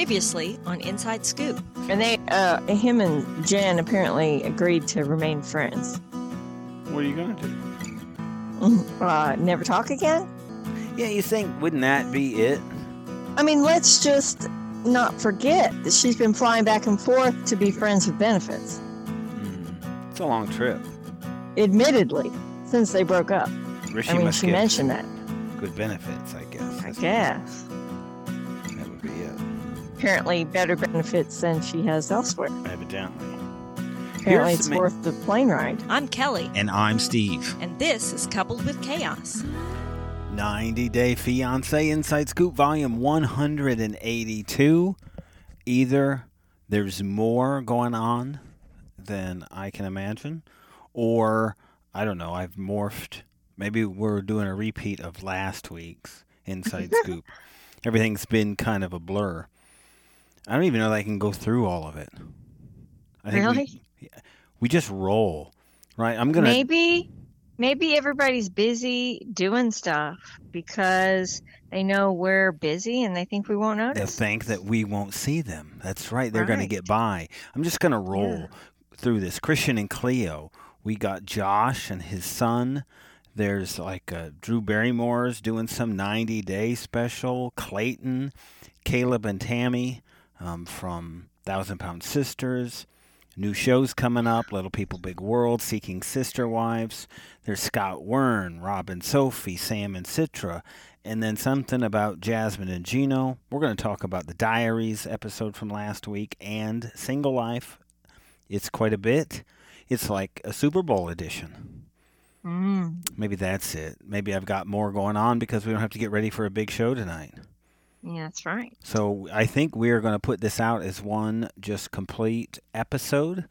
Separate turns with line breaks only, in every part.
Previously on Inside Scoop.
And they, uh, him and Jen apparently agreed to remain friends.
What are you going to do?
Uh, never talk again?
Yeah, you think wouldn't that be it?
I mean, let's just not forget that she's been flying back and forth to be friends with benefits,
Mm-hmm.
Mm. It's a long trip.
admittedly, since they broke up.
Rishi
I mean,
must
she
get
mentioned that.
good benefits, I guess.
I
That's-
guess.
that would be it,
Apparently, better benefits than she has elsewhere.
evidently.
Apparently,
Here's
it's
the ma-
worth the plane ride.
I'm Kelly,
And I'm Steve.
and this is Coupled with Chaos.
90 Day Fiance Inside Scoop, Volume 182. Either there's more going on than I can imagine, or I don't know, I've morphed. Maybe we're doing a repeat of last week's Inside Scoop. Everything's been kind of a blur. I don't even know that I can go through all of it. I think we-
Really?
We just roll, right? I'm going to.
Maybe, maybe everybody's busy doing stuff because they know we're busy and they think we won't
They'll
notice.
think that we won't see them. That's right. They're going to
Right.
get by. I'm just going to roll through this. Christian and Cleo. We got Josh and his son. There's like uh, Drew Barrymore's doing some 90 day special. Clayton, Caleb, and Tammy um, from Thousand Pound Sisters. New shows coming up Little People, Big World, Seeking Sister Wives. There's Scott Wern, Robin Sophie, Sam and Citra, and then something about Jasmine and Gino. We're going to talk about the Diaries episode from last week and Single Life. It's quite a bit. It's like a Super Bowl edition.
Mm,
Maybe that's it. Maybe I've got more going on because we don't have to get ready for a big show tonight.
yeah, that's right.
So I think we are going to put this out as one just complete episode.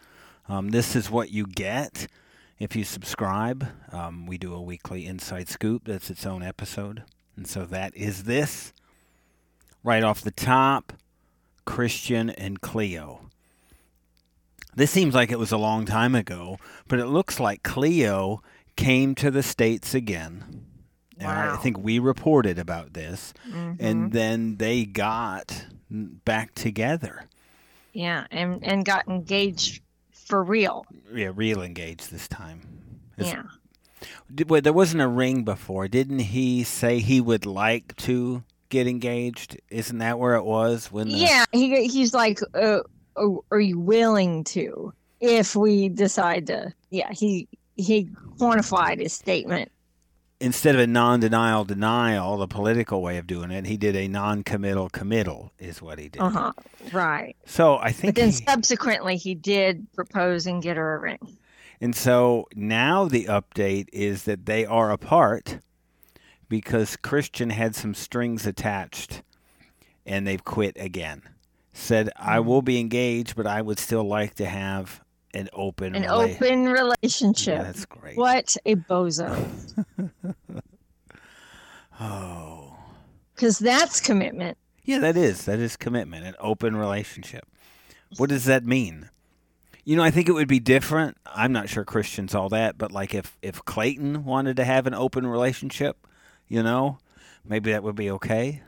Um, this is what you get if you subscribe. Um, we do a weekly inside scoop that's its own episode, and so that is this. Right off the top, Christian and Cleo. This seems like it was a long time ago, but it looks like Cleo came to the states again. And I- I
Wow.
think we reported about this
Mhm.
and then they got n- back together.
Yeah, and and got engaged for real.
Yeah, real engaged this time. Is-
yeah.
Did- well, there wasn't a ring before. Didn't he say he would like to get engaged? Isn't that where it was when? The,
Yeah, he he's like uh, oh, are you willing to if we decide to yeah, he he quantified his statement.
Instead of a non-denial denial, the political way of doing it, he did a non-committal committal is what he did.
Uh-huh. Right.
So I think
But then
he-
subsequently he did propose and get her a ring.
And so now the update is that they are apart because Christian had some strings attached and they've quit again. Said,
Mm.
I will be engaged, but I would still like to have an open
An
rela-
open
Yeah,
relationship.
that's great.
what a bozo.
Oh.
Cuz that's commitment.
Yeah, that is. That is commitment, an open relationship. What does that mean? You know, I think it would be different. I'm not sure Christians all that, but like if if Clayton wanted to have an open relationship, you know, maybe that would be okay.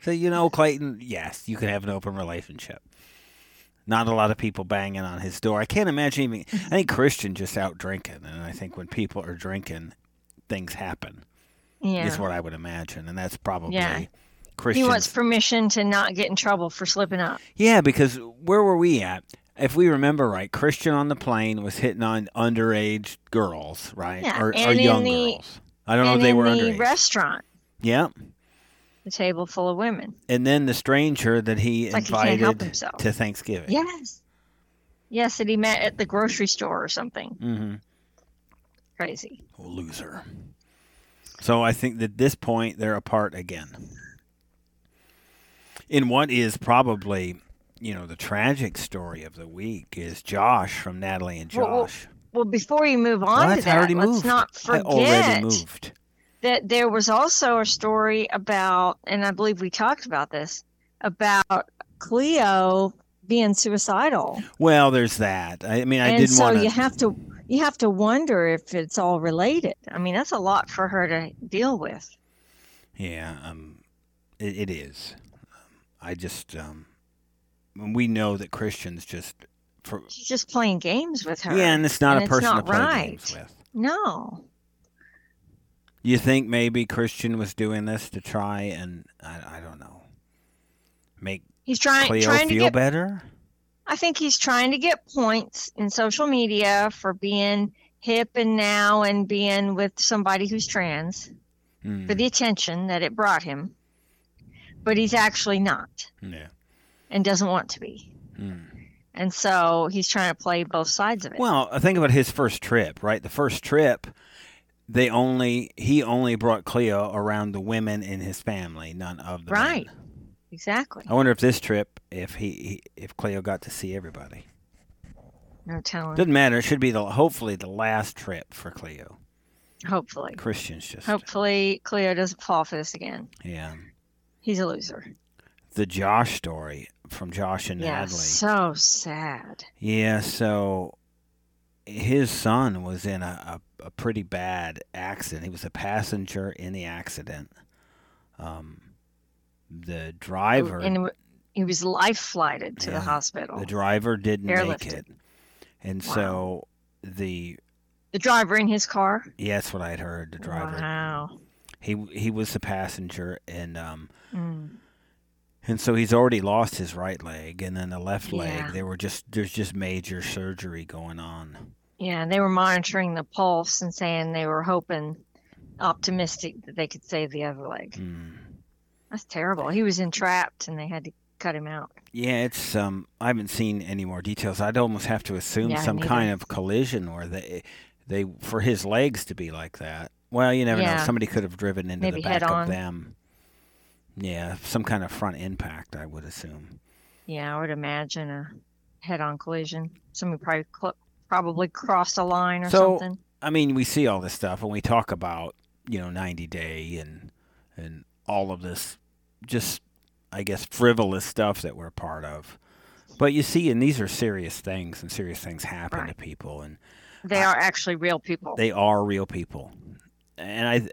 So you know, Clayton, yes, you can have an open relationship. Not a lot of people banging on his door. I can't imagine even. I think Christian just out drinking, and I think when people are drinking, things happen. Is
Yeah.
what I would imagine, and that's probably
Yeah. He
Christian.
wants permission to not get in trouble for slipping up.
Yeah, because where were we at? If we remember right, Christian on the plane was hitting on underage girls, right?
Yeah,
or, or
and in
young
the-
girls. I don't know if
and
they
in
were
the
underage.
restaurant,
yeah.
the table full of women.
And then the stranger that he
like he can't help
invited
himself.
to Thanksgiving.
Yes. Yes, that he met at the grocery store or something
Mm-hmm. Oh,
crazy.
Loser. So I think that this point they're apart again. In what is probably, you know, the tragic story of the week is Josh from Natalie and
Well, well,
Josh.
Well, before you move
Well,
on to
that's- I
that,
already
let's
moved.
not
I already
forget
moved.
that there was also a story about, and I believe we talked about this, about Cleo being suicidal.
Well, there's that. I I mean, I
and
didn't
so
want
you have to you have to wonder if it's all related. I mean, that's a lot for her to deal with.
Yeah, um, it, it is. I just um, and we know that Christian's just for
She's just playing games with her.
yeah, and it's not
and
a
it's
person
not
to play
right.
games with.
No.
You think maybe Christian was doing this to try and I, I don't know make
He's trying
Cleo
trying to
feel
get
better?
I think he's trying to get points in social media for being hip and now and being with somebody who's trans
Hmm,
for the attention that it brought him. But he's actually not
yeah.
and doesn't want to be.
Hmm.
And so he's trying to play both sides of it.
Well, I think about his first trip, right? The first trip, they only he only brought Cleo around the women in his family, none of the men.
right. Exactly.
I wonder if this trip, if he, he if Cleo got to see everybody.
No telling.
Doesn't matter. It should be the hopefully the last trip for Cleo.
Hopefully.
Christian's just
Hopefully Cleo doesn't fall for this again.
yeah.
He's a loser.
The Josh story from Josh and
Yeah.
Natalie.
So sad.
Yeah, so his son was in a, a, a pretty bad accident. He was a passenger in the accident. Um, the driver
And it wa- he was life flighted to
Yeah.
the hospital.
the
The,
driver didn't make
Airlifted.
it. And
Wow.
so the
driver in his car.
yeah, that's what I had heard. The driver
Wow.
he he was the passenger, and um
Mm.
and so he's already lost his right leg, and then the left
Yeah.
leg. They were just there's just major surgery going on.
Yeah, and they were monitoring the pulse and saying they were hoping, optimistic that they could save the other leg.
Mm.
That's terrible. He was entrapped and they had to cut him out.
Yeah, it's um. I haven't seen any more details. I'd almost have to assume
Yeah,
some
neither.
kind of collision where they, they for his legs to be like that. Well, you never know.
Yeah.
Somebody could have driven into
Maybe
the back
head-on.
of them. Yeah, some kind of front impact. I would assume.
Yeah, I would imagine a head-on collision. Somebody probably cl- probably crossed a line or
So-
something.
I mean, we see all this stuff, and we talk about you know ninety day and and all of this, just I guess frivolous stuff that we're a part of. But you see, and these are serious things, and serious things happen to
Right.
people, and
They are actually real people.
they are real people, and I,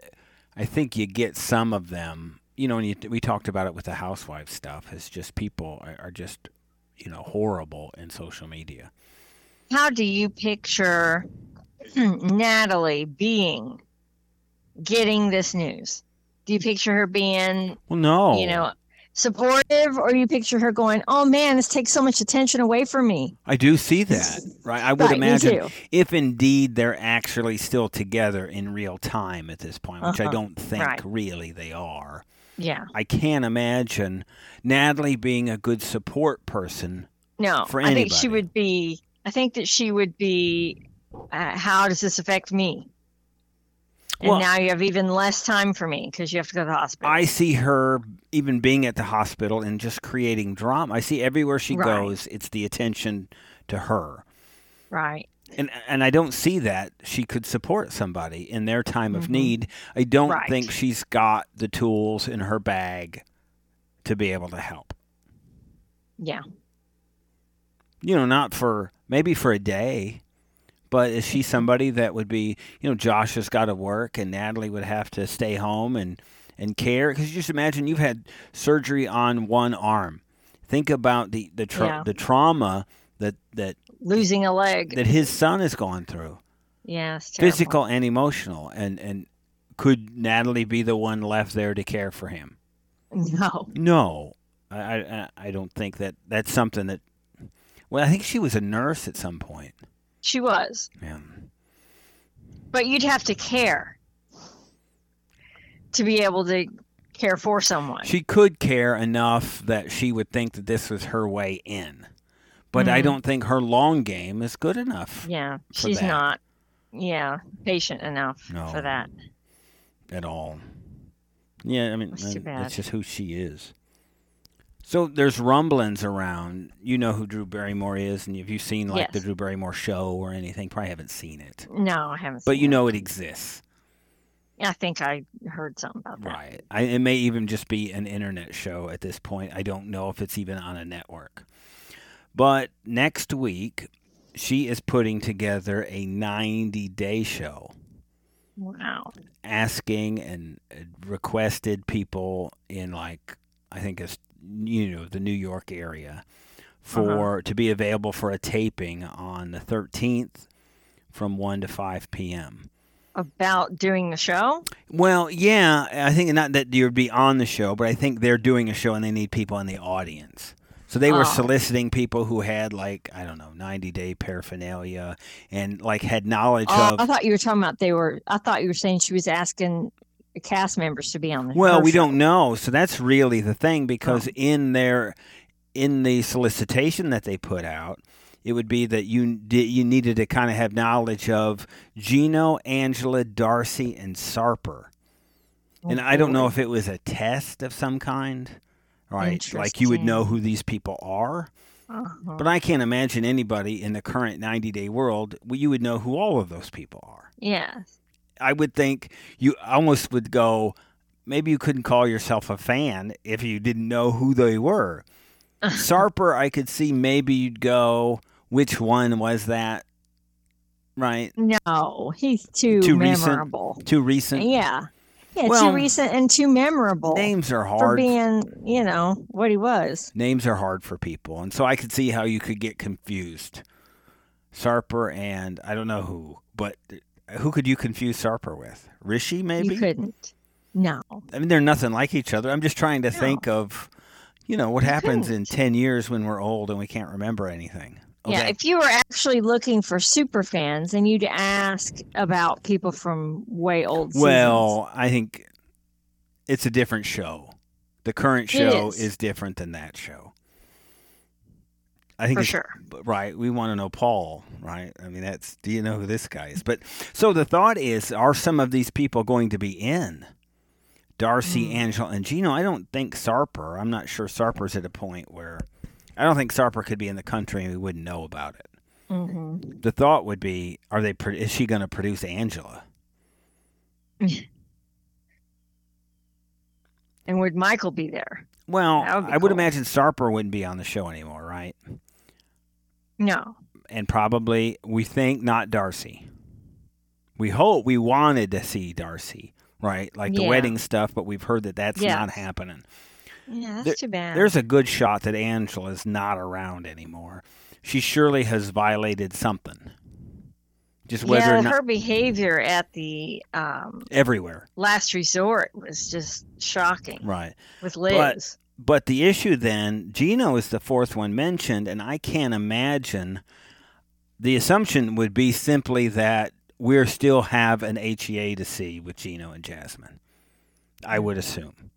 I think you get some of them. You know, and you, we talked about it with the housewife stuff. It's just people are, are just, you know, horrible in social media.
How do you picture Natalie being getting this news? Do you picture her being,
Well, no,
you know, supportive or you picture her going, "Oh man, this takes so much attention away from me."
I do see that, right? I would
Right, me
imagine
too.
if indeed they're actually still together in real time at this point, which I
Uh-huh,
don't think
right.
really they are.
Yeah.
I can't imagine Natalie being a good support person.
No,
for
I think she
anybody.
would be. I think that she would be. Uh, how does this affect me? And
Well-
now you have even less time for me because you have to go to the hospital.
I see her even being at the hospital and just creating drama. I see everywhere she
Right.
goes, it's the attention to her.
right.
And and I don't see that she could support somebody in their time of
Mhm.
need. I don't
Right.
think she's got the tools in her bag to be able to help.
Yeah.
You know, not for maybe for a day, but is she somebody that would be, you know, Josh has got to work and Natalie would have to stay home and and care cuz just imagine you've had surgery on one arm. Think about the the tra-
Yeah.
the trauma that that
Losing a leg.
that his son has gone through.
yeah. It's terrible.
physical and emotional and and could natalie be the one left there to care for him
No.
no i i, I don't think that that's something that well i think she was a nurse at some point
She was.
yeah
But you'd have to care to be able to care for someone.
she could care enough that she would think that this was her way in but i
Mhm.
don't think her long game is good enough
yeah.
for
She's
that.
not. Yeah. Patient enough
No.
for that.
at all. Yeah, I mean,
That's too
uh,
bad.
that's just who she is. So there's rumblings around. You know who Drew Barrymore is, and if you've seen like the
Yes.
Drew Barrymore show or anything, probably haven't seen it,
No, I haven't.
but
seen
you
it.
know it exists,
I think I heard something about that.
right? I, it may even just be an internet show at this point. I don't know if it's even on a network. But next week, she is putting together a 90 day show.
Wow.
asking and uh, requested people in like I think it's you know the New York area for to be available for a taping on the 13th from 1 to 5 p.m.
about doing the show.
Well, yeah, I think not that you'd be on the show, but I think they're doing a show and they need people in the audience. So they
Oh.
were soliciting people who had like I don't know 90 day paraphernalia and like had knowledge
Oh,
of
I thought you were talking about they were. I thought you were saying she was asking the cast members to be on the.
Well,
her
we
show.
don't know. So that's really the thing because
Oh.
in their in the solicitation that they put out, it would be that you di- you needed to kind of have knowledge of Gino, Angela, Darcy, and Sarper. And
Oh,
I don't know if it was a test of some kind, right? Like you would
Interesting.
know who these people are.
Uh-huh.
But I can't imagine anybody in the current 90 day world, well, you would know who all of those people are.
Yeah.
I would think you almost would go, maybe you couldn't call yourself a fan if you didn't know who they were. Sarper, I could see maybe you'd go, which one was that? Right?
No, he's too,
Too recent?
memorable.
Too recent?
Yeah. Yeah,
Well,
too recent and too memorable
Names are
for
hard.
being, you know, what he was.
Names are hard for people. And so I could see how you could get confused. Sarper and I don't know who, but who could you confuse Sarper with? Rishi, maybe?
You couldn't. No.
I mean, they're nothing like each other. I'm just trying to
No.
think of, you know, what happens in
couldn't.
10 years when we're old and we can't remember anything.
Yeah, if you were actually looking for super fans, then you'd ask about people from way old seasons.
well, I think it's a different show. The current
It
show
is.
is. different than that show. I think
for
it's-
sure.
but- right. We want to know Paul, right? I mean, that's do you know who this guy is? But so the thought is, are some of these people going to be in? Darcy,
Mm.
Angela, and Gino. I don't think Sarper. I'm not sure Sarper's at a point where I don't think Sarper could be in the country and we wouldn't know about it.
hmm
The thought would be, are they? pro- Is she going to produce Angela?
And would Michael be there?
Well,
That would be
I would
cool.
imagine Sarper wouldn't be on the show anymore, right?
No.
and probably we think not Darcy. We hope we wanted to see Darcy, right? Like the
Yeah.
wedding stuff, but we've heard that that's
Yeah.
not happening.
Yeah, that's
There-
too bad.
There's a good shot that Angela's not around anymore. She surely has violated something. Just whether
yeah,
or not
her behavior at the um,
everywhere,
last resort was just shocking
right?
with Liz.
But the issue then, Gino is the fourth one mentioned, and I can't imagine. The assumption would be simply that we still have an HEA to see with Gino and Jasmine. I would assume.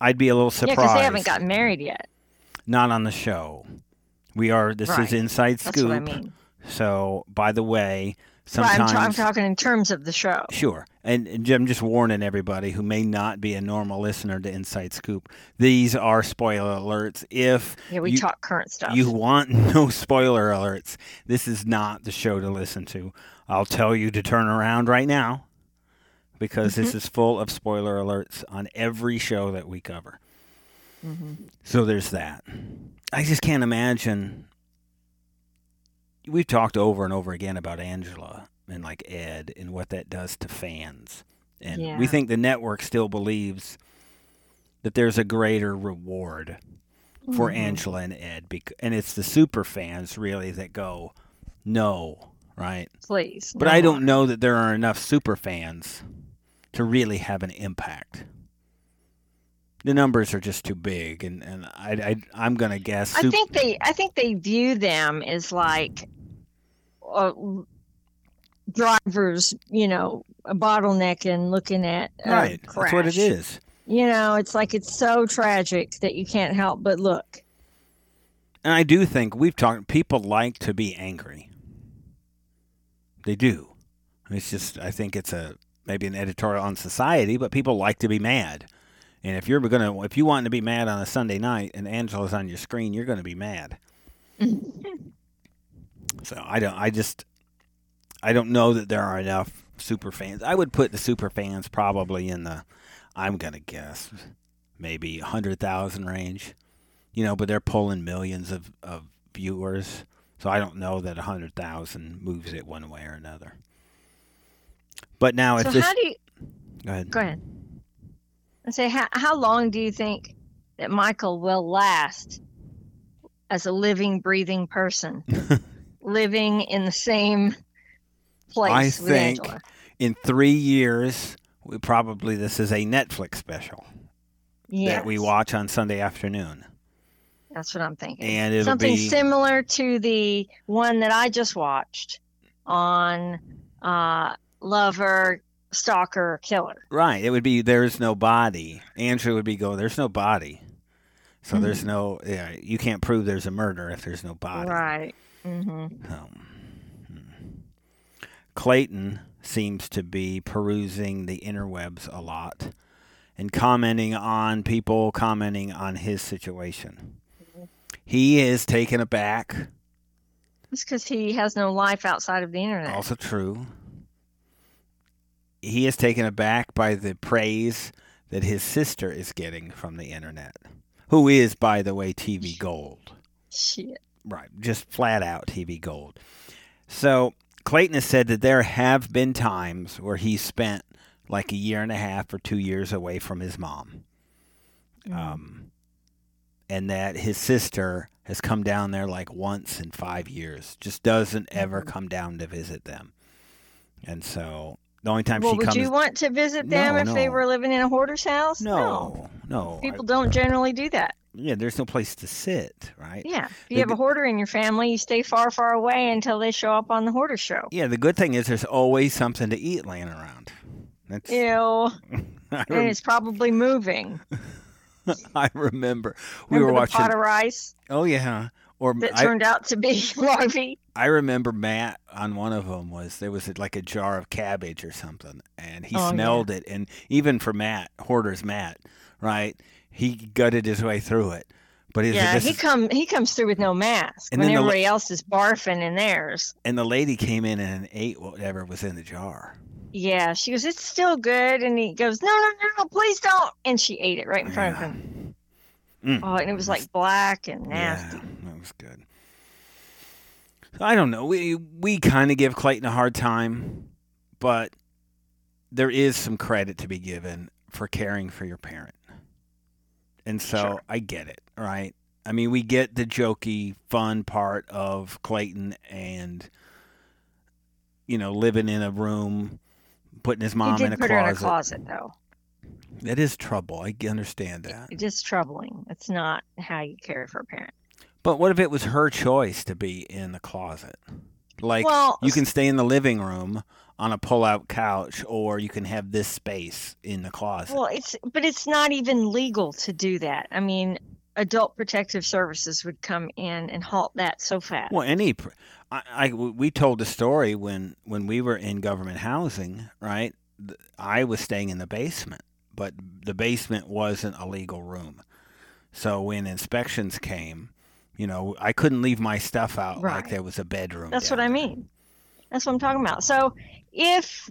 I'd be a little
Yeah,
surprised.
because they haven't gotten married yet.
Not on the show. We are. This
Right.
is inside
That's
scoop.
what I mean.
So, by the way,
Well,
sometimes.
I'm, ta- I'm talking in terms of the show.
Sure. And, and I'm just warning everybody who may not be a normal listener to Inside Scoop. These are spoiler alerts. If
Yeah, we
you,
talk current stuff.
you want no spoiler alerts, this is not the show to listen to. I'll tell you to turn around right now because this is full of spoiler alerts on every show that we cover.
Mhm.
So there's that. I just can't imagine. We've talked over and over again about Angela and like Ed and what that does to fans. And we
Yeah.
think the network still believes that there's a greater reward for
Mhm.
Angela and Ed. Bec- and it's the super fans really that go, no, right?
Please.
But
no
I
more.
don't know that there are enough super fans to really have an impact. The numbers are just too big, and and I, I I'm gonna guess.
I
sup-
think they. I think they view them as like uh, drivers. You know, a bottleneck and looking at a
right. That's what it
crash.
is.
You know, it's like it's so tragic that you can't help but look.
And I do think we've talked. People like to be angry. They do. It's just I think it's a maybe an editorial on society, but people like to be mad. And if you're gonna if you want to be mad on a Sunday night and Angela's on your screen, you're gonna be mad. so I don't. I just I don't know that there are enough super fans. I would put the super fans probably in the I'm gonna guess maybe hundred thousand range you know, but they're pulling millions of, of viewers. So I don't know that 100,000 moves it one way or another. But now
so
if this.
how do you
go ahead.
go ahead and say how how long do you think that Michael will last as a living, breathing person, living in the same place
I
with
think-
Angela.
In three years, we probably this is a Netflix special that we
Yes,
watch on Sunday afternoon,
That's what I'm thinking.
and it'll
Something
be
similar to the one that I just watched on uh, Lover, Stalker, Killer.
right. It would be there's no body. Andrew would be go there's no body, so
Hmm.
there's no yeah. You can't prove there's a murder if there's no body.
Right. hmm
Um, hmm. Clayton seems to be perusing the interwebs a lot and commenting on people commenting on his situation.
Mm-hmm.
He is taken aback,
It's because he has no life outside of the internet.
also true. He is taken aback by the praise that his sister is getting from the internet, who is, by the way, TV Gold.
Shit.
Right, just flat out TV gold. So Clayton has said that there have been times where he spent like a year and a half or two years away from his mom,
Mm-hmm.
um, and that his sister has come down there like once in five years. Just doesn't ever
Mhm.
come down to visit them, and so the only time
well,
she
would
comes,
you want to visit them
No,
if they
no.
were living in a hoarder's house?
no, no, I-
People don't generally do that.
yeah, there's no place to sit, right?
Yeah. If
They
you have a
d-
hoarder in your family, you stay far, far away until they show up on the hoarder show.
Yeah, the good thing is there's always something to eat laying around. That's
Ew.
I,
And
rem-
it's probably moving.
I remember we
Remember
were
the
watching.
pot of rice
oh yeah, or
that
I,
turned out to be larvae?
I remember Matt on one of them was there was like a jar of cabbage or something, and he
Oh, yeah.
smelled it, and even for Matt Hoarder's Matt, right? He gutted his way through it, but it's
Yeah,
just,
he come he comes through with no mask
And
when
then the la-
everybody else is barfing in theirs.
and the lady came in and ate whatever was in the jar.
Yeah, she goes, it's still good, and he goes, no, no, no, no, please don't, and she ate it right in front of
Yeah.
him.
Mm.
Oh, and it was like black and nasty.
Yeah, that was good. I don't know. We we kind of give Clayton a hard time, but there is some credit to be given for caring for your parent. And so
Sure.
I get it, right? I mean, we get the jokey, fun part of Clayton and you know, living in a room, putting his mom
he did
in a
put
closet.
her in a closet, though.
That is trouble. I understand that.
It is troubling. It's not how you care for a parent.
But what if it was her choice to be in the closet? Like
Well,
you can stay in the living room on a pull-out couch, or you can have this space in the closet.
Well, it's but it's not even legal to do that. I mean, adult protective services would come in and halt that so fast.
Well, any, pr- I, I- we told the story when when we were in government housing, right? Th- I was staying in the basement, but the basement wasn't a legal room. So when inspections came, you know, I couldn't leave my stuff out like
Right.
there was a bedroom.
That's
down
what I
there.
mean. That's what I'm talking about. So, if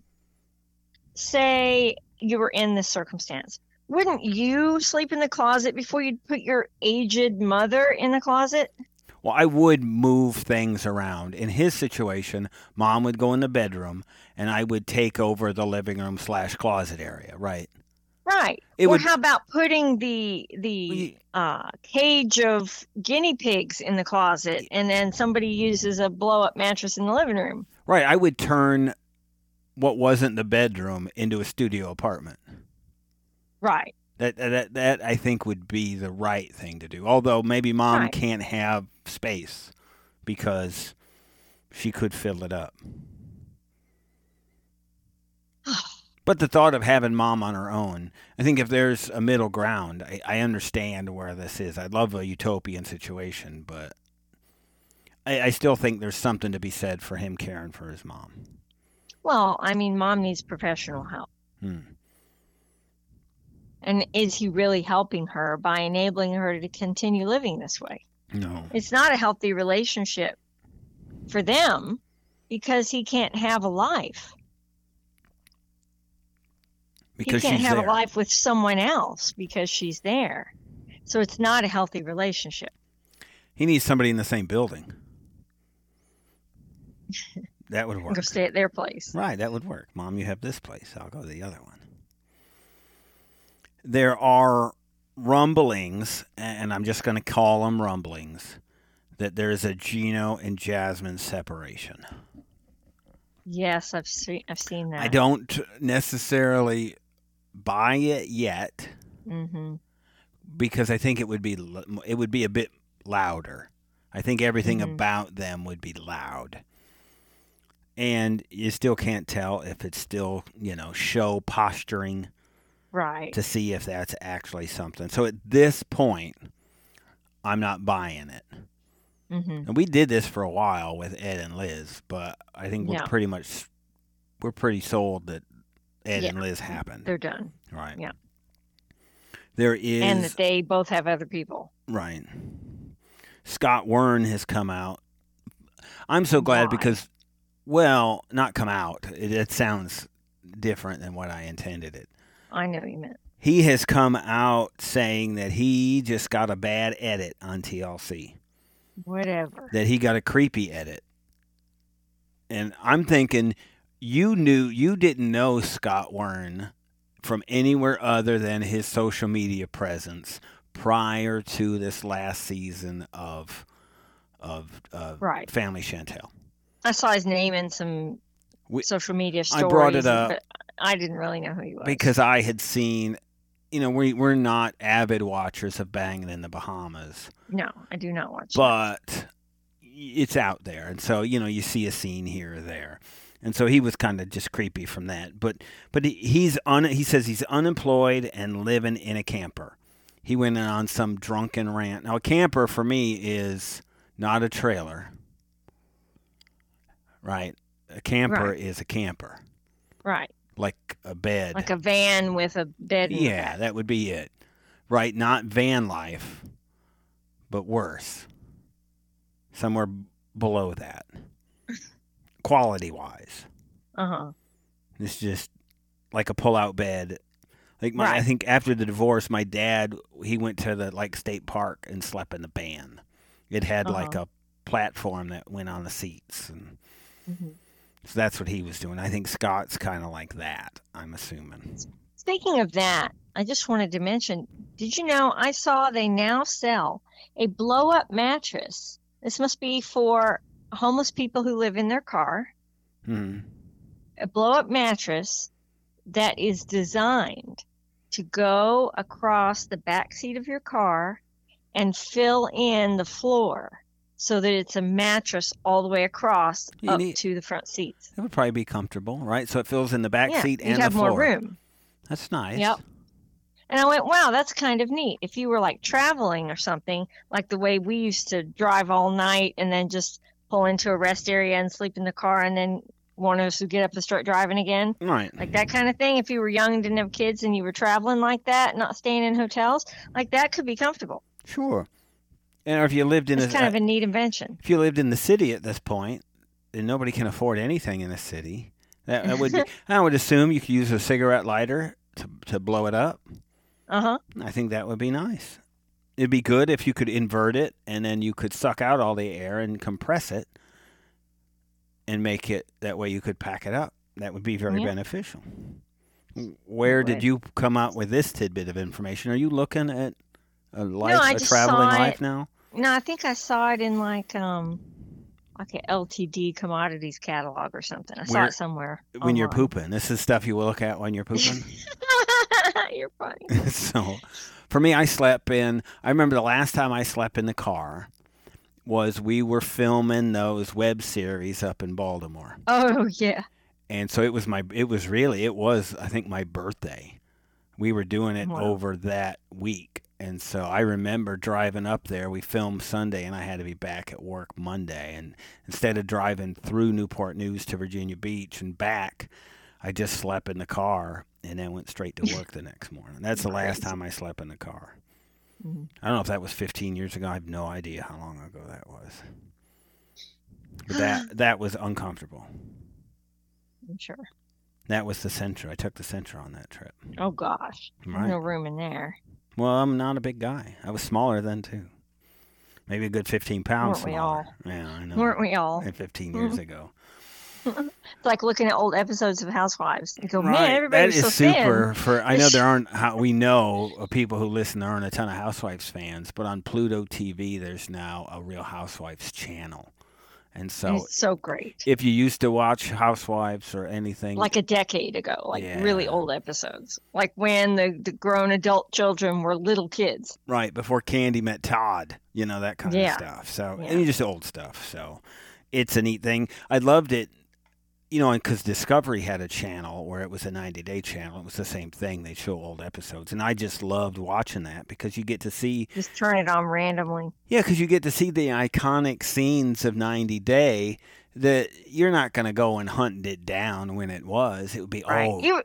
say you were in this circumstance, wouldn't you sleep in the closet before you'd put your aged mother in the closet?
Well, I would move things around. In his situation, mom would go in the bedroom and I would take over the living room slash closet area, right?
Right.
It
or
would-
how about putting the the uh, cage of guinea pigs in the closet, and then somebody uses a blow up mattress in the living room?
Right. I would turn what wasn't the bedroom into a studio apartment.
Right.
That that that I think would be the right thing to do. Although maybe mom
Right.
can't have space because she could fill it up. But the thought of having mom on her own, I think if there's a middle ground, I, I understand where this is. I love a utopian situation, but I, I still think there's something to be said for him caring for his mom.
Well, I mean, mom needs professional help.
Hmm.
And is he really helping her by enabling her to continue living this way?
No.
It's not a healthy relationship for them because he can't have a life.
Because
he can't
she's
have
there.
a life with someone else because she's there. So it's not a healthy relationship.
He needs somebody in the same building. That would work.
Go stay at their place.
Right, that would work. Mom, you have this place. I'll go to the other one. There are rumblings, a- and I'm just going to call them rumblings, that there is a Gino and Jasmine separation.
Yes, I've seen I've seen that.
I don't necessarily buy it yet
Mm-hmm.
because I think it would be l- it would be a bit louder. I think everything
Mhm.
about them would be loud. And you still can't tell if it's still, you know, show posturing
Right.
to see if that's actually something. So at this point, I'm not buying it.
Mm-hmm.
And we did this for a while with Ed and Liz, but I think we're
Yeah.
pretty much we're pretty sold that Ed
Yeah.
and Liz happened.
They're done,
right.
yeah.
There is
and that they both have other people.
right. Scott Wern has come out. I'm so glad
Why?
because well, not come out. It, it sounds different than what I intended it.
I know you meant.
He has come out saying that he just got a bad edit on TLC.
Whatever.
that he got a creepy edit. And I'm thinking, you knew you didn't know Scott Wern from anywhere other than his social media presence prior to this last season of of, of
Right.
Family Chantel.
I saw his name in some
We-
social media
I
stories.
brought it up.
But I didn't really know who he was.
because I had seen, you know, we we're not avid watchers of Banging in the Bahamas,
no, I do not watch.
but it's out there, and so you know you see a scene here or there, and so he was kind of just creepy from that. But but he- he's un he says he's unemployed and living in a camper. He went on some drunken rant. Now a camper for me is not a trailer, right? A camper
Right.
is a camper,
that. right,
like a bed,
like a van with a bed. in the
yeah,
back.
that would be it. Right? Not van life, but worse. Somewhere b- below that. Quality wise.
Uh-huh.
It's just like a pull out bed. Like my I
Right.
think after the divorce my dad he went to the like state park and slept in the van. It had like a platform that went on the seats and
hmm
so that's what he was doing. I think Scott's kinda like that, I'm assuming.
Speaking of that, I just wanted to mention. Did you know I saw they now sell a blow-up mattress? This must be for homeless people who live in their car.
Hmm.
a blow up mattress that is designed to go across the back seat of your car and fill in the floor so that it's a mattress all the way across
You
up
need-
to the front seats.
It would probably be comfortable, right? So it fills in the back
yeah,
seat
you'd
and
have
the floor.
more room.
That's nice.
Yep. And I went, wow, that's kind of neat. If you were like traveling or something, like the way we used to drive all night and then just pull into a rest area and sleep in the car, and then one of us would get up and start driving again.
Right.
like that kind of thing if you were young and didn't have kids and you were traveling like that not staying in hotels like that could be comfortable
Sure. And or if you lived in a, uh,
it's kind of a neat invention
if you lived in the city at this point, then nobody can afford anything in the city. That, that would be, I would assume you could use a cigarette lighter to to blow it up.
uh-huh
I think that would be nice. It'd be good if you could invert it and then you could suck out all the air and compress it and make it that way you could pack it up. That would be very
Yeah. Mm,
beneficial. Where
It
did
would.
you come out with this tidbit of information? Are you looking at a life,
I
a
just
traveling
saw
life
it.
now?
no i think i saw it in like um like an ltd commodities catalog or something i saw
Where-
it somewhere
When you're
online.
pooping, this is stuff you will look at when you're pooping.
you're funny
so, for me, I slept in. I remember the last time I slept in the car was we were filming those web series up in Baltimore.
oh yeah
and so it was my it was really it was i think my birthday we were doing it
Wow.
over that week and so i remember driving up there we filmed sunday and i had to be back at work monday and instead of driving through newport news to virginia beach and back i just slept in the car and then went straight to work the next morning that's the last
Crazy.
time i slept in the car
Mhm.
i don't know if that was 15 years ago i have no idea how long ago that was but that that was uncomfortable
i'm sure
that was the Sentra. I took the Sentra on that trip.
oh gosh
Right.
no room in there
Well, I'm not a big guy. I was smaller then too. Maybe a good 15 pounds
Weren't we
smaller. Yeah, I know.
weren't we all Mm-hmm.
And 15 years ago.
It's like looking at old episodes of Housewives and go, man,
that
everybody's
is
so
super.
thin.
For I know there aren't how we know of people who listen there aren't a ton of Housewives fans, but on Pluto TV there's now a Real Housewives channel, and
And
so
it's so great.
if you used to watch Housewives or anything,
Like a decade ago, like really
Yeah.
old episodes, like when the, the grown adult children were little kids.
right before Candy met Todd, you know that kind
Yeah.
of stuff. So
Yeah.
and just old stuff. So it's a neat thing. I loved it, you know, because Discovery had a channel where it was a 90 day channel. It was the same thing. They show old episodes, and I just loved watching that because you get to see
Just turn it on randomly.
Yeah, because you get to see the iconic scenes of 90 Day that you're not going to go and hunt it down when it was. It would be,
Right.
oh,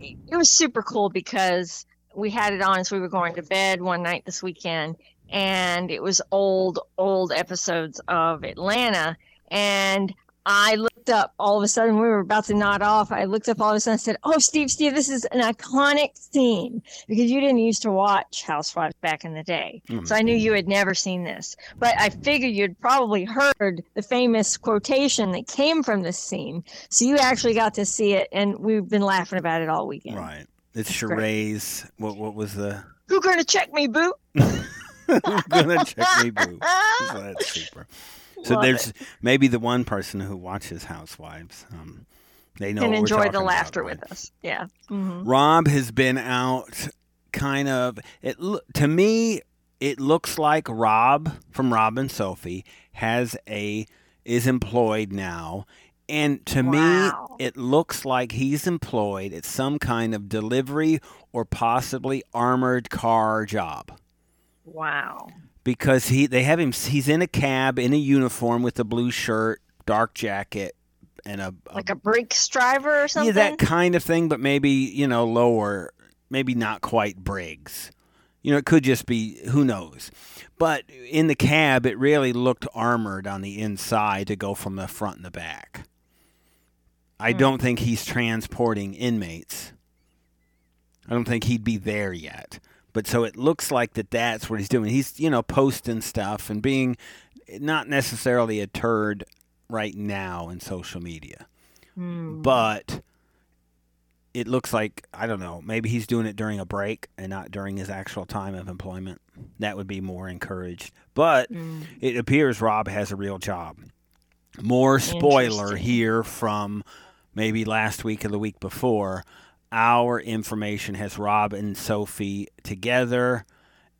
It, it was super cool because we had it on as we were going to bed one night this weekend, and it was old, old episodes of Atlanta. And I looked up all of a sudden, we were about to nod off. I looked up all of a sudden and said, Oh, Steve, Steve, this is an iconic scene because you didn't used to watch Housewives back in the day.
Mm.
So I knew you had never seen this, but I figured you'd probably heard the famous quotation that came from this scene. So you actually got to see it, and we've been laughing about it all weekend.
right. It's
That's great.
Sheree's. What, what was the.
Who gonna check me, boo?
gonna check me boo. So that's super. So
Ah, Love
there's maybe the one person who watches Housewives. Um, they know
and
what we're
enjoy
talking
the
about,
laughter
right?
with us. Yeah. Mhm.
Rob has been out kind of it loo- to me it looks like Rob from Rob and Sophie has a is employed now and to
Wow.
me it looks like he's employed at some kind of delivery or possibly armored car job
Wow.
because he they have him he's in a cab in a uniform with a blue shirt dark jacket and a, a
Like a brakes driver or something.
Uh, yeah, that kind of thing, but maybe, you know, lower, maybe not quite Briggs. You know, it could just be, who knows. But in the cab, it really looked armored on the inside to go from the front and the back. I
Hmm.
don't think he's transporting inmates. I don't think he'd be there yet. But so it looks like that that's what he's doing. He's, you know, posting stuff and being not necessarily a turd right now in social media
Hmm.
but it looks like I don't know. Maybe he's doing it during a break and not during his actual time of employment. That would be more encouraged. But
Hmm.
it appears Rob has a real job. More spoiler
Interesting.
here from maybe last week or the week before. Our information has Rob and Sophie together,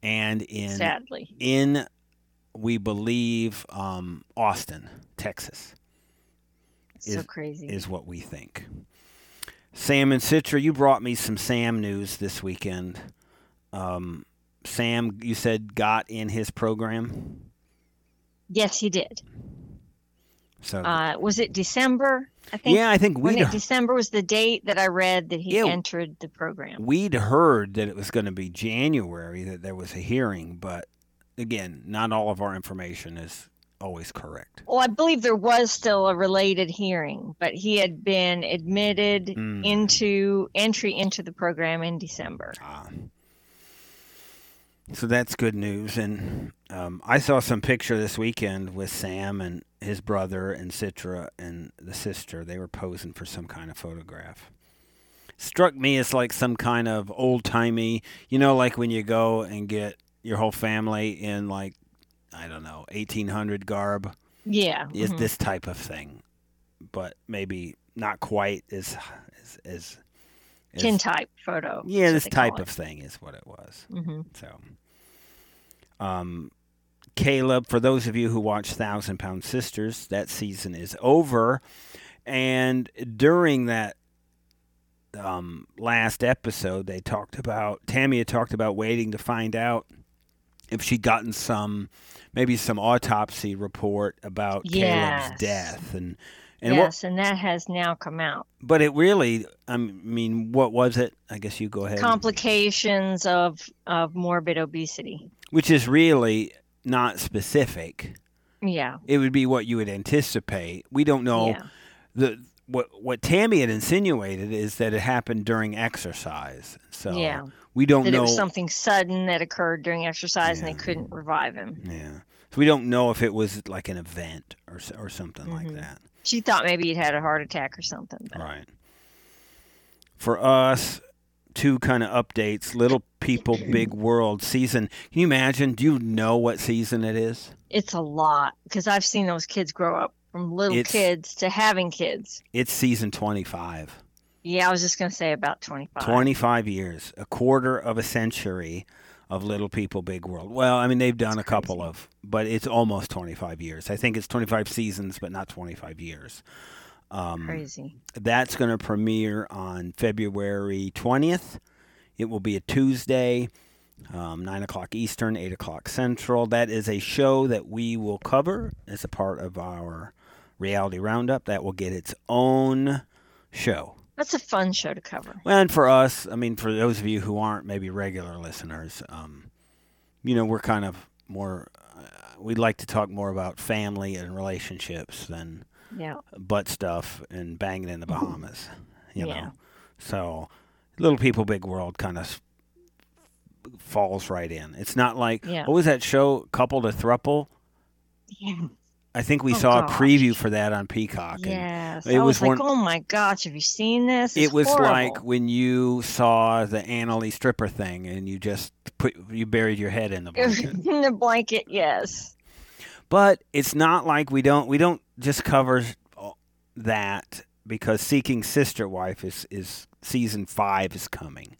and in
Sadly.
in we believe um, Austin, Texas
So
is-
crazy.
is what we think. Sam and Citra, you brought me some Sam news this weekend. Um, Sam, you said got in his program,
yes, he did.
so
Uh, was it December? I think.
yeah, I think
When
we'd
it December was the date that I read that he
Yeah.
entered the program.
we'd heard that it was going to be January that there was a hearing, but again, not all of our information is always correct.
Well, I believe there was still a related hearing, but he had been admitted
Mm.
into entry into the program in December.
Ah. So that's good news. And um, I saw some picture this weekend with Sam and his brother and Citra and the sister. They were posing for some kind of photograph. Struck me as like some kind of old timey, you know, like when you go and get your whole family in like, I don't know, 1800 garb
Yeah.
is
mhm.
this type of thing, but maybe not quite as as as, as
Tintype photo.
yeah, this type of thing is what it was.
hmm
So, um, Caleb, for those of you who watch Thousand Pound Sisters, that season is over, and during that um, last episode, they talked about Tammy had talked about waiting to find out if she'd gotten some, maybe some autopsy report about
Yes.
Caleb's death, and and what,
Yes, and that has now come out.
but it really, I mean, what was it? I guess you go ahead.
Complications of of morbid obesity.
which is really not specific.
Yeah.
It would be what you would anticipate. We don't know
Yeah.
the what what Tammy had insinuated is that it happened during exercise. So
yeah.
we don't
That it
know.
was something sudden that occurred during exercise and they
Oh, Yeah.
couldn't revive him.
yeah, so we don't know if it was like an event or s- or something like
Mhm.
that.
She thought maybe he'd had a heart attack or something. but-
Right. For us, two kind of updates Little People, Big World season. Can you imagine? Do you know what season it is?
It's a lot because I've seen those kids grow up from little
It's-
kids to having kids.
It's season 25.
Yeah, I was just gonna say about twenty five.
25 years, a quarter of a century of Little People, Big World. Well, I mean, they've done a couple of, but it's almost 25 years. I think it's 25 seasons, but not 25 years. Um,
Crazy.
That's going to premiere on February 20th. It will be a Tuesday, um, 9 o'clock Eastern, 8 o'clock Central. That is a show that we will cover as a part of our reality roundup. That will get its own show.
That's a fun show to cover.
Well, and for us, I mean, for those of you who aren't maybe regular listeners, um, you know, we're kind of more, uh, we'd like to talk more about family and relationships than
Yeah.
butt stuff and banging in the Bahamas, you
Mm-hmm. Yeah.
know. So, little people, big world kind of falls right in. It's not like
Yeah.
what was that show, Couple to Thruple?
Yeah.
I think we
Oh,
saw
gosh.
a preview for that on Peacock. and
Yes.
it
I was,
was
like,
one-
oh my gosh, have you seen this? It's
it was
horrible.
like when you saw the Annalie stripper thing and you just put you buried your head in the blanket.
in the blanket. Yes.
but it's not like we don't we don't just cover uh, that because seeking sister wife is is season 5 is coming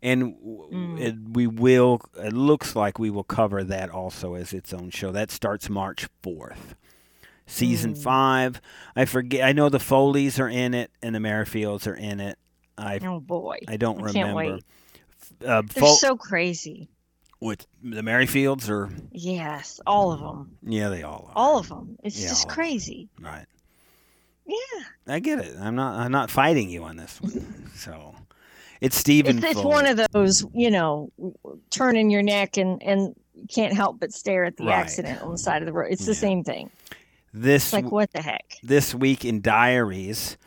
and w
Mm.
it, we will it looks like we will cover that also as its own show that starts march 4th season
Mm.
5 i forget i know the foleys are in it and the merrifields are in it i
Oh boy.
i don't
I can't
remember
wait.
uh,
They're
Fol-
so crazy.
with the merrifields or
Yes, all of them.
yeah they all are
All of them. It's
Yeah, all
just
of 'em.
crazy.
right
Yeah.
I get it. I'm not. I'm not fighting you on this one. So, it's Stephen.
it's, it's
Foley.
one of those you know turning your neck and and you can't help but stare at the
Right.
accident on the side of the road it's the
Yeah.
same thing
this
it's like what the heck
this week in diaries,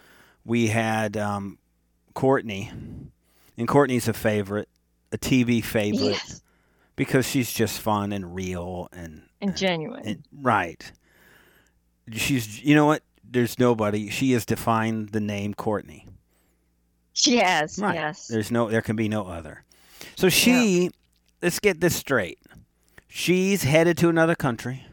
we had um, Courtney, and Courtney's a favorite, a TV favorite
yes
because she's just fun and real and,
and genuine
and right. She's. You know what? There's nobody. She has defined the name Courtney.
she has
Right.
yes
There's no there can be no other. So she let's get this straight. She's headed to another country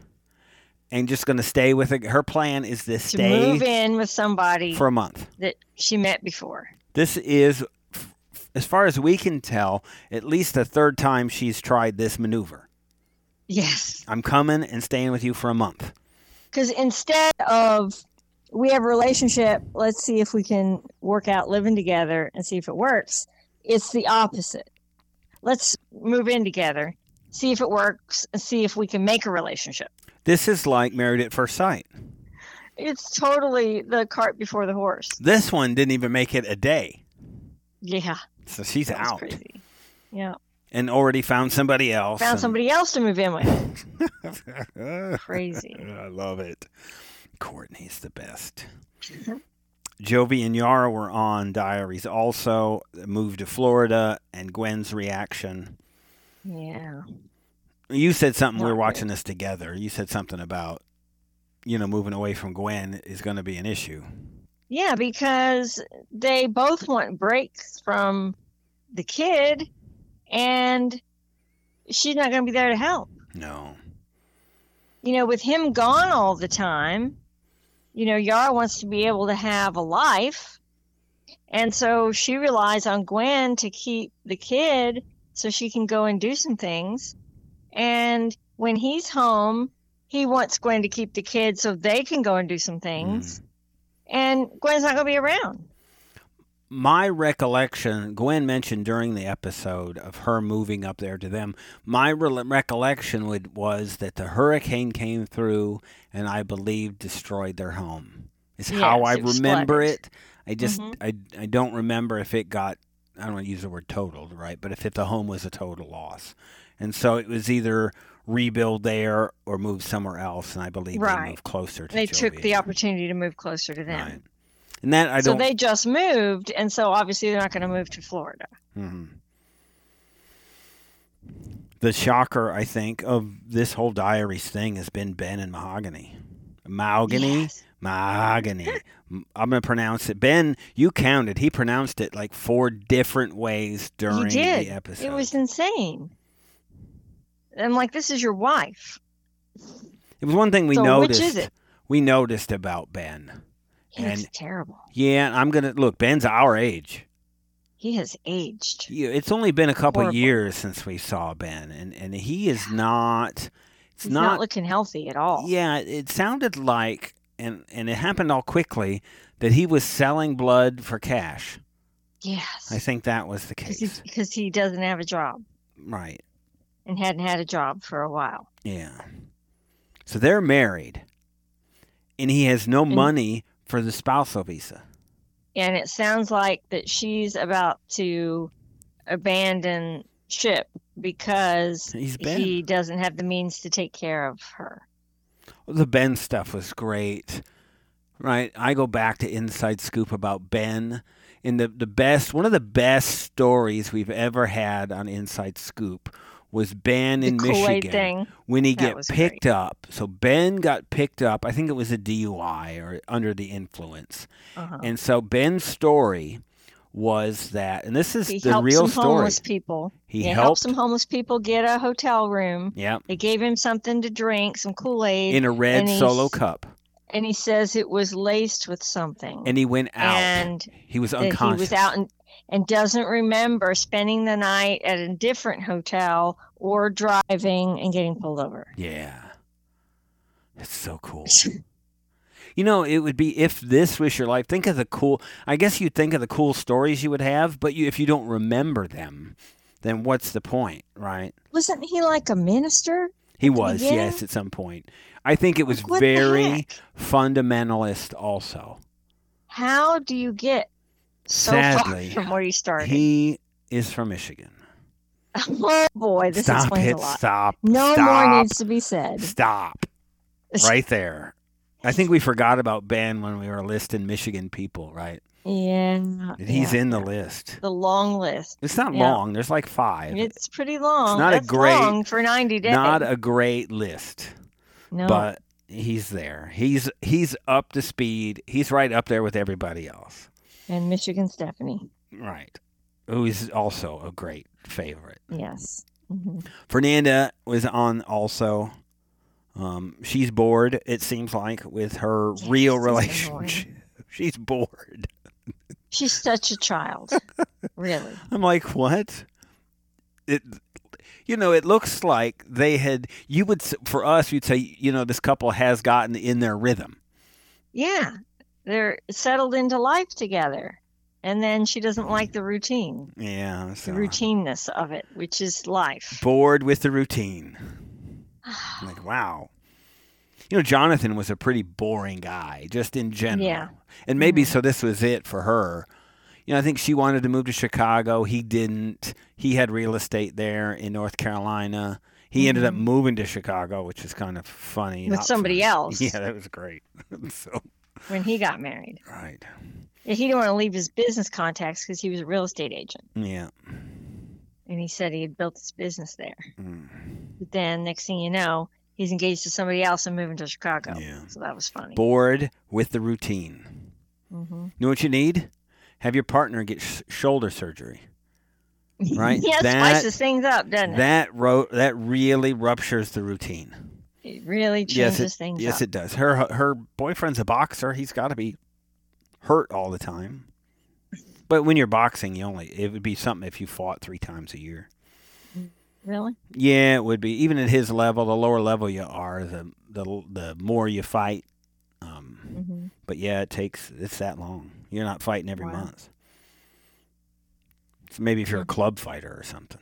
and just going to stay with her. her plan is to
to move
stay
in with somebody
for a month.
that she met before
This is f- f- as far as we can tell, at least the third time she's tried this maneuver.
yes
I'm coming and staying with you for a month.
because instead of we have a relationship let's see if we can work out living together and see if it works it's the opposite let's move in together see if it works and see if we can make a relationship
This is like married at first sight.
It's totally the cart before the horse.
This one didn't even make it a day.
Yeah,
So she's
that was
out
crazy. Yeah,
and already found somebody else.
found
and-
somebody else to move in with. Crazy.
I love it. Courtney's the best. Jovi and Yara were on Diaries also, moved to Florida, and Gwen's reaction.
Yeah,
You said something, we
Not
were
good.
watching this together. You said something about, you know, moving away from Gwen is going to be an issue.
yeah, because they both want breaks from the kid, and she's not going to be there to help.
No.
You know, with him gone all the time, you know, Yara wants to be able to have a life, and so she relies on Gwen to keep the kid so she can go and do some things. And when he's home, he wants Gwen to keep the kid so they can go and do some
Hmm.
things. And Gwen's not going to be around.
my recollection, Gwen mentioned during the episode of her moving up there to them. My re- recollection would, was that the hurricane came through and I believe destroyed their home. Is how
Yes,
I
it was
remember
flooded.
it. I just
Mhm.
I, I don't remember if it got I don't want to use the word totaled right, but if it, the home was a total loss, and so it was either rebuild there or move somewhere else, and I believe
Right.
they moved closer to.
They took the
Joliet.
opportunity to move closer to them.
Right. And that I
so
don't.
they just moved, and so obviously they're not going to move to Florida.
hmm The shocker, I think, of this whole diaries thing has been Ben and Mahogany. Mahogany,
Yes.
Mahogany. M- I'm going to pronounce it. Ben, you counted. He pronounced it like four different ways during
you did.
the episode.
It was insane. I'm like, this is your wife.
It was one thing we
so
noticed.
which is it?
We noticed about Ben.
He looks
And-
terrible.
Yeah, and I'm going to look, Ben's our age.
He has aged.
Yeah, It's only been a couple
Horrible.
years since we saw Ben, and, and he is not. It's
He's not, looking healthy at all.
Yeah, it sounded like, and and it happened all quickly, that he was selling blood for cash. I
Yes.
think that was the case.
Because he doesn't have a job
Right.
and hadn't had a job for a while.
Yeah. So they're married, and he has no
And-
money for the spousal visa.
and it sounds like that she's about to abandon ship because
He's Ben.
he doesn't have the means to take care of her.
The Ben stuff was great. Right. I go back to Inside Scoop about Ben and the, the best one of the best stories we've ever had on Inside Scoop was Ben in
the Kool
Michigan
Aid thing.
when he
That
get
was great.
picked up. So Ben got picked up, I think it was a DUI or under the influence.
Uh-huh.
And so Ben's story was that and this is
He
the
helped
real
some
story.
homeless people.
He
helped.
helped
some homeless people get a hotel room.
Yep.
They gave him something to drink, some Kool Aid,
In a red
and he's-
solo cup.
and he says it was laced with something.
And he went out.
And
he was
that he
unconscious.
was out and, and doesn't remember spending the night at a different hotel or driving and getting pulled over.
Yeah. It's so cool. You know, it would be if this was your life. Think of the cool. I guess you'd think of the cool stories you would have, but you, if you don't remember them, then what's the point, right?
Wasn't he like a minister?
He was,
beginning?
yes, at some point. I think it was
Like, what the
very
heck?
fundamentalist, also.
How do you get so
Sadly,
far from where you started?
He is from Michigan.
oh boy, this
stop
explains
it.
a lot.
Stop.
No
stop,
more needs to be said.
Stop. Right there. I think we forgot about Ben when we were listing Michigan people, right?
Yeah.
He's
yeah.
in the list.
the long list.
It's not
Yeah.
long. There's like five.
It's pretty long.
not a
That's
great-
long for ninety days.
not a great list,
no.
but he's there. He's he's up to speed. He's right up there with everybody else.
and Michigan Stephanie.
Right. Who is also a great favorite.
Yes. hmm
Fernanda was on also. Um, she's bored, it seems like, with her
Yeah,
real
she's so
relationship. She's bored.
She's such a child. really.
I'm like, what? It, you know, it looks like they had. You would s- for us, you'd say, you know, this couple has gotten in their rhythm.
Yeah. They're settled into life together. And then she doesn't like the routine,
Yeah,
the
so
routineness of it, which is life.
bored with the routine. I'm like, wow. You know, Jonathan was a pretty boring guy, just in general.
Yeah.
And maybe
Mhm.
so. This was it for her. You know, I think she wanted to move to Chicago. He didn't. He had real estate there in North Carolina. He ended up
Mhm.
moving to Chicago, which is kind of funny.
With
not
somebody
funny.
else.
Yeah, that was great. so
when he got married.
right.
He didn't want to leave his business contacts because he was a real estate agent,
Yeah.
and he said he had built his business there.
Mm.
But then next thing you know, he's engaged to somebody else and moving to Chicago.
Yeah.
So that was funny.
Bored with the routine.
hmm
Know what you need? Have your partner get sh- shoulder surgery. Right.
yeah, it
That-
spices things up, doesn't it?
That ro- that really ruptures the routine.
It really
Yes, it-
changes things
Yes,
up.
it does. Her her boyfriend's a boxer. He's got to be hurt all the time. But when you're boxing, you only it would be something if you fought three times a year.
really?
Yeah, it would be. Even at his level, the lower level you are, the the the more you fight. Um,
hmm
but yeah, it takes it's that long. You're not fighting every
Wow.
month. So maybe if you're a club fighter or something.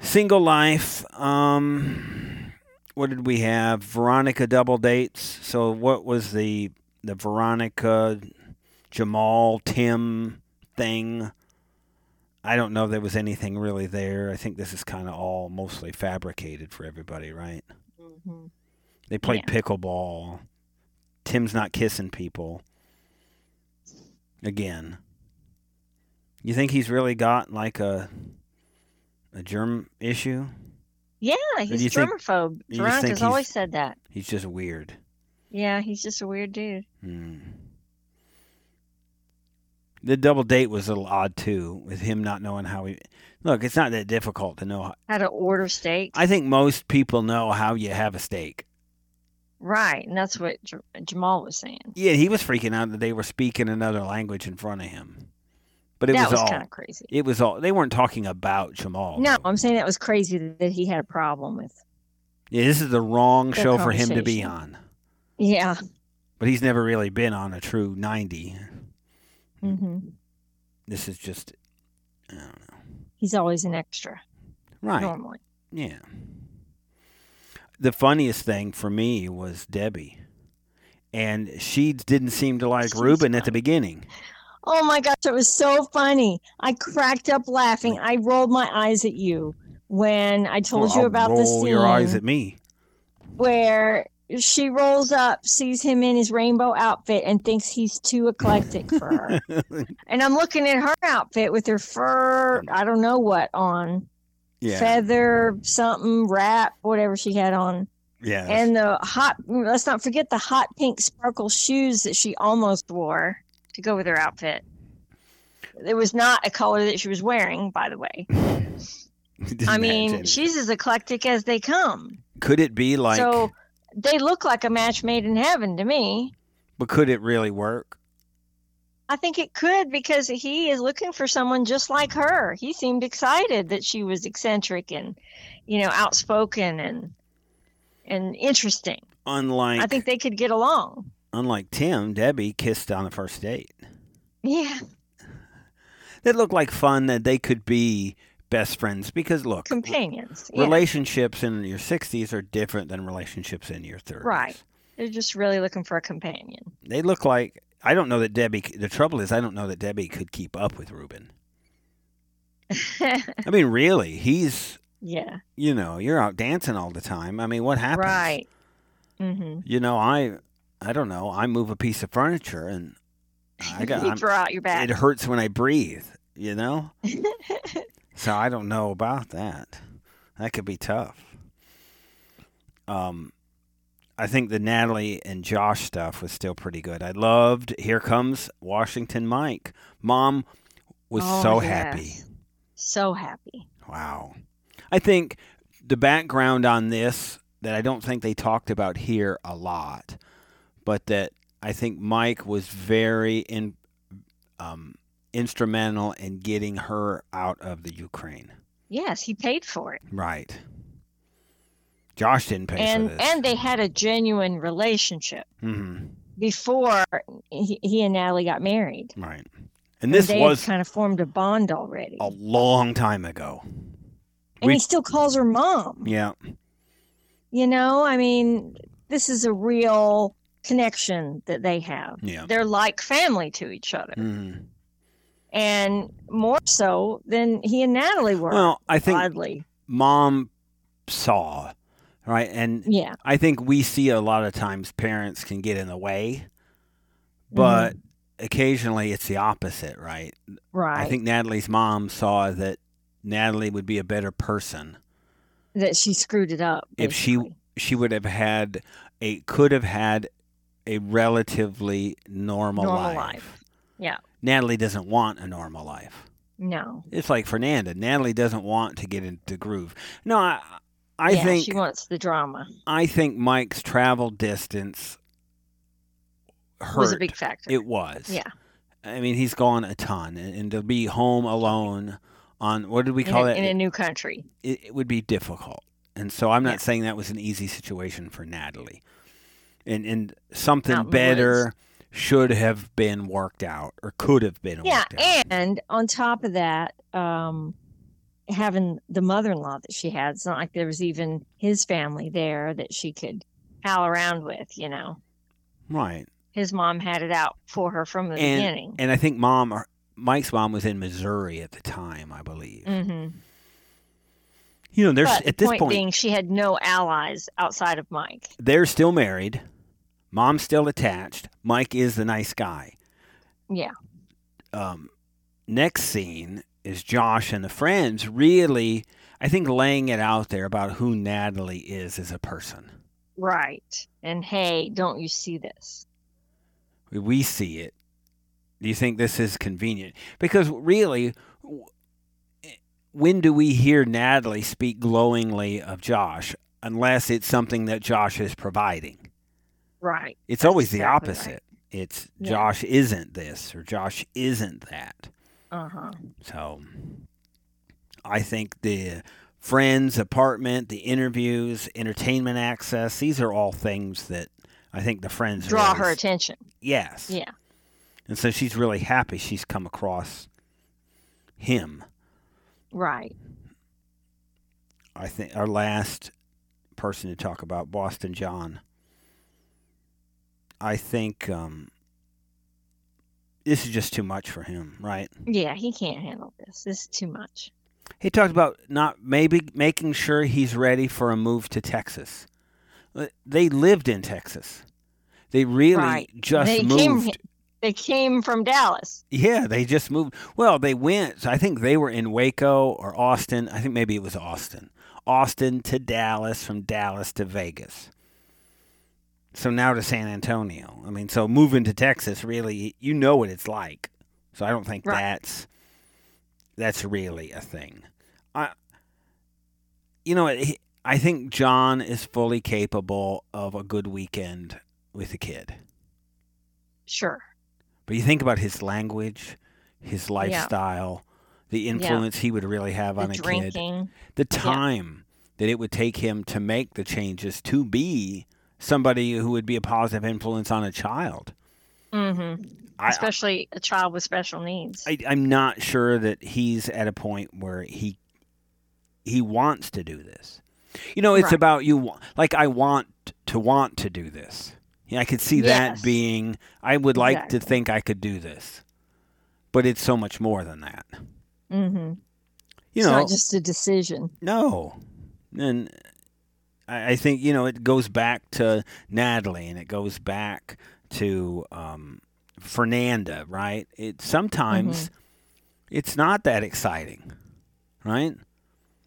Single life. Um, what did we have? Veronica double dates. So what was the the Veronica, Jamal, Tim thing? I don't know if there was anything really there. I think this is kind of all mostly fabricated for everybody, right?
hmm
They played pickleball. Tim's not kissing people. Again. You think he's really got like a a germ issue?
Yeah, he's
you think-
germophobe.
you think
Veronica's
he's-
always said that.
He's just weird.
Yeah, he's just a weird dude.
Hmm. The double date was a little odd too, with him not knowing how he. Look, it's not that difficult to know. How,
How to order steaks.
I think most people know how you have a steak.
right. And that's what J- Jamal was saying.
Yeah, he was freaking out that they were speaking another language in front of him. But it
that
was,
was,
all.
kind of crazy.
It was all. They weren't talking about Jamal.
No,
though.
I'm saying that was crazy that he had a problem with.
Yeah, this is the wrong
Their
show for him to be
conversation.
on.
Yeah.
But he's never really been on a true 90.
hmm
This is just. I don't know.
He's always an extra
Right.
normally.
Yeah. The funniest thing for me was Debbie. And she didn't seem to like
She's
Ruben at the
funny.
beginning.
Oh my gosh, it was so funny. I cracked up laughing. I rolled my eyes at you when I told
I'll
you about the
roll
scene
your eyes at me.
where she rolls up, sees him in his rainbow outfit, and thinks he's too eclectic for her. and I'm looking at her outfit with her fur, I don't know what on,
yeah.
feather, something, wrap, whatever she had on.
yeah.
And the hot, let's not forget the hot pink sparkle shoes that she almost wore to go with her outfit. It was not a color that she was wearing, by the way.
Didn't
I
match
mean,
anything.
she's as eclectic as they come.
could it be like
so they look like a match made in heaven to me.
but could it really work?
I think it could because he is looking for someone just like her. He seemed excited that she was eccentric and, you know, outspoken and and interesting.
Unlike
I think they could get along.
unlike Tim, Debbie kissed on the first date.
Yeah,
That looked like fun that they could be best friends because look,
companions. Yeah.
relationships in your 60s are different than relationships in your 30s.
Right. They're just really looking for a companion.
They look like I don't know that Debbie. c- The trouble is, I don't know that Debbie could keep up with Ruben. I mean, really, he's
yeah.
you know you're out dancing all the time. I mean, what happens?
Right. Mhm.
You know, I I don't know. I move a piece of furniture and I got
you throw out your
I'm-
back.
it hurts when I breathe. You know, so I don't know about that. That could be tough. Um, I think the Natalie and Josh stuff was still pretty good. I loved Here Comes Washington Mike. Mom was
Oh,
so
yes.
happy.
So happy.
Wow. I think the background on this that I don't think they talked about here a lot, but that I think Mike was very in, um, instrumental in getting her out of the Ukraine.
Yes, he paid for it.
Right. Josh didn't pay
and
for this.
and they had a genuine relationship.
Mhm.
before he, he and Natalie got married.
Right. And this
they
was
kind of formed a bond already.
a long time ago.
and
we-
he still calls her mom.
Yeah.
You know, I mean, this is a real connection that they have.
Yeah.
They're like family to each other,
Mhm.
and more so than he and Natalie were.
Well, I think
oddly,
mom saw, right? And
yeah,
I think we see a lot of times parents can get in the way,
Mm-hmm.
but occasionally it's the opposite, right?
Mm-hmm. right.
I think Natalie's mom saw that Natalie would be a better person.
that she screwed it up.
If she-
basically.
She would have had a could have had a relatively normal,
Normal
life.
life. Yeah.
Natalie doesn't want a normal life.
no,
It's like Fernanda. Natalie doesn't want to get into groove. No, I I
yeah,
think
she wants the drama.
I think Mike's travel distance hurt.
Was a big factor.
It was.
Yeah.
I mean, he's gone a ton, and, and to be home alone on what did we
in,
call
a,
that?
in a
It,
new country.
it, would be difficult, and so I'm not
Yeah.
saying that was an easy situation for Natalie, and and something
Out in the
better should have been worked out or could have been
yeah
worked out.
and on top of that um having the mother-in-law that she had it's not like there was even his family there that she could pal around with you know
right,
his mom had it out for her from the
And-
beginning
and I think mom, or- Mike's mom was in Missouri at the time, I believe.
hmm
You know, there's
but
at this
point,
point
being she had no allies outside of mike
they're still married. Mom's still attached. Mike is the nice guy.
yeah
um, next scene is Josh and the friends really, I think, laying it out there about who Natalie is as a person.
right. And hey, don't you see this?
We see it. Do you think this is convenient? Because really, w- when do we hear Natalie speak glowingly of Josh unless it's something that Josh is providing?
Right.
It's always the
exactly right.
opposite. It's
Yeah.
Josh isn't this or Josh isn't that.
Uh huh.
So I think the friends, apartment, the interviews, entertainment access, these are all things that I think the friends
Draw
really-
her attention.
Yes.
Yeah.
And so she's really happy she's come across him.
Right.
I think our last person to talk about Boston John. I think um, this is just too much for him, right?
Yeah, he can't handle this. This is too much.
He talked about not maybe making sure he's ready for a move to Texas. Uh, They lived in Texas. They really
Right.
just
They
moved.
came he- They came from Dallas.
Yeah, they just moved. Well, they went. I think they were in Waco or Austin. I think maybe it was Austin. Austin to Dallas, from Dallas to Vegas. So now to San Antonio. I mean, so moving to Texas really you know what it's like. So I don't think
Right.
that's that's really a thing. I you know, he- I think John is fully capable of a good weekend with a kid.
Sure.
But you think about his language, his lifestyle, the influence he would really have on
the
a kid,
drinking.
the time that it would take him to make the changes to be somebody who would be a positive influence on a child.
Mm-hmm.
I,
Especially a child with special needs.
I, I'm not sure that he's at a point where he he wants to do this. You know, it's
Right.
about you. wa- Like I want to want to do this. Yeah, I could see
Yes.
that being. I would like to
Exactly.
think I could do this, but it's so much more than that.
mm-hmm.
you
it's
know,
not just a decision.
no. And I, I think you know it goes back to Natalie, and it goes back to um, Fernanda, right? It sometimes
Mm-hmm.
it's not that exciting, right?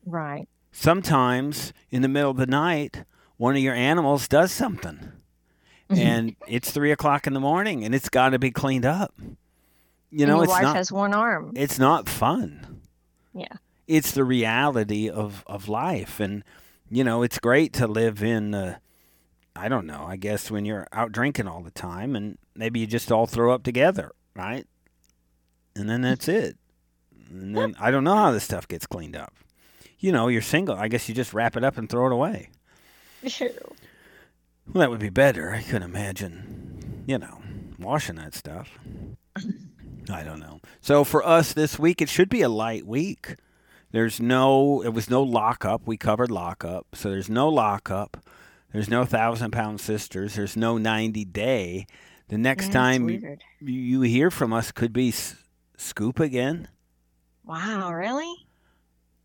Right.
Sometimes in the middle of the night, one of your animals does something,
Mm-hmm.
and it's three o'clock in the morning, and it's got to be cleaned up. You know,
and your
it's
wife
not
has one arm.
it's not fun.
Yeah.
It's the reality of, of life. And, you know, it's great to live in, uh, I don't know, I guess when you're out drinking all the time and maybe you just all throw up together, right? And then that's it. And then I don't know how this stuff gets cleaned up. You know, you're single. I guess you just wrap it up and throw it away.
Mm,
Well, that would be better. I could imagine, you know, washing that stuff. I don't know. So for us this week, it should be a light week. There's no, it was no lockup. We covered lockup. So there's no lockup. There's no thousand pound sisters. There's no 90 day. The next
That's
time you,
weird.
you hear from us could be S- Scoop again.
Wow, really?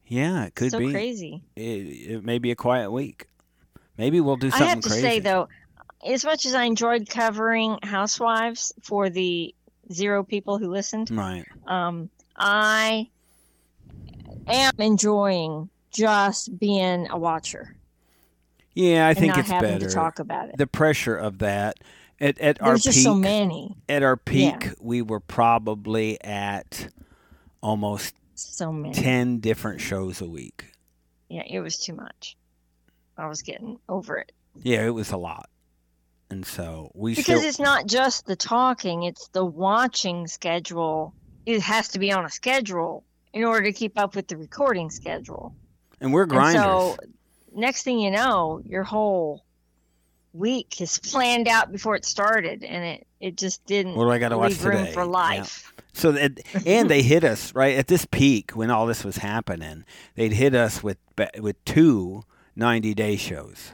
Yeah, it could
so
be.
crazy.
It, it may be a quiet week. Maybe we'll do
I
something
have to
crazy.
say though, as much as I enjoyed covering Housewives for the zero people who listened,
Right.
um, I am enjoying just being a watcher
Yeah, I
and
think
not
it's
having
better.
to talk about it.
the pressure of that at, at our
There's just
peak
so many,
at our
Yeah.
peak we were probably at almost
so many.
10 different shows a week
Yeah, it was too much. I was getting over it
yeah it was a lot and so we
because
still
it's not just the talking; it's the watching schedule. It has to be on a schedule in order to keep up with the recording schedule.
and we're grinders
And so next thing you know, your whole week is planned out before it started and it, it just didn't
what do i got to watch
leave room
today
for
Yeah.
life.
So that, and they hit us right at this peak when all this was happening. They'd hit us with ba- with two 90 day shows.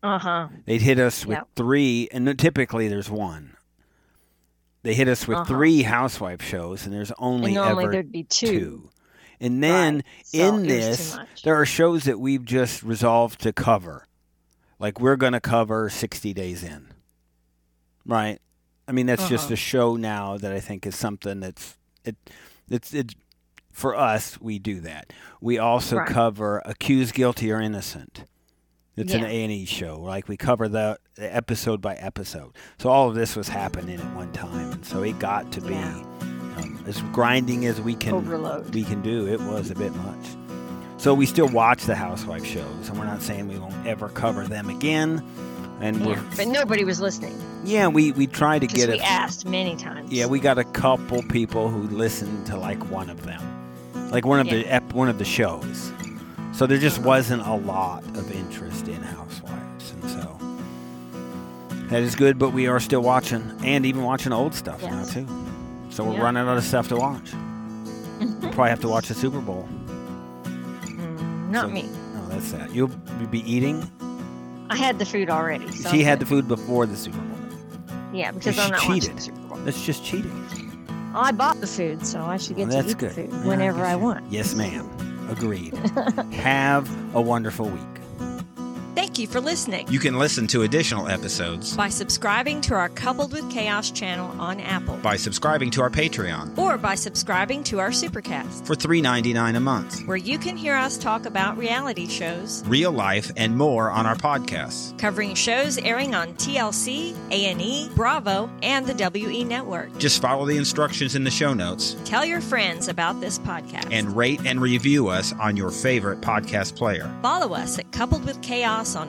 Uh-huh.
They'd hit us with
Yep.
three, and then typically there's one. They hit us with
Uh-huh.
three housewife shows, and there's only
and normally
ever
there'd be two.
two. And then
Right. So
in
it was too
this,
much.
there are shows that we've just resolved to cover. Like we're going to cover 60 Days In. Right? I mean, that's just
Uh-huh.
a show now that I think is something that's it it's it's for us we do that. We also
Right.
cover accused guilty or innocent. It's an
Yeah.
A and E show. Like we cover the, the episode by episode. So all of this was happening at one time, and so it got to be
Yeah.
um, as grinding as we can
Overload.
we can do. It was a bit much. So we still watch the housewife shows, and we're not saying we won't ever cover them again. And we're
Yeah, but nobody was listening
yeah, we we try to
because
get
we
a
asked many times.
yeah, we got a couple people who listened to like one of them, like one of the ep- one of the shows. So there just wasn't a lot of interest in Housewives, and so that is good. But we are still watching, and even watching old stuff now
Yes.
too. So we're
Yeah.
running out of stuff to watch. we'll probably have to watch the Super Bowl.
Mm, not
So-
me.
Oh, that's sad. You'll be eating.
I had the food already. So
she
I'm
had the
good.
food before the Super Bowl.
yeah because
she
I'm not watching
cheated.
the Super Bowl. Oh,
That's just cheating.
I bought the fold, so I should get
Well,
to
that's
eat
good.
the food
Yeah,
whenever
guess
I
you-
want.
Yes, ma'am. Agreed. Have a wonderful week.
Thank you for listening
You can listen to additional episodes
by subscribing to our Coupled with Chaos channel on Apple
by subscribing to our Patreon
or by subscribing to our Supercast,
for $3.99 a month.
where you can hear us talk about reality shows,
Real life and more on our podcasts.
covering shows airing on TLC, A&E, E, Bravo, and the WE Network.
Just follow the instructions in the show notes
Tell your friends about this podcast.
and rate and review us on your favorite podcast player.
follow us at Coupled with Chaos on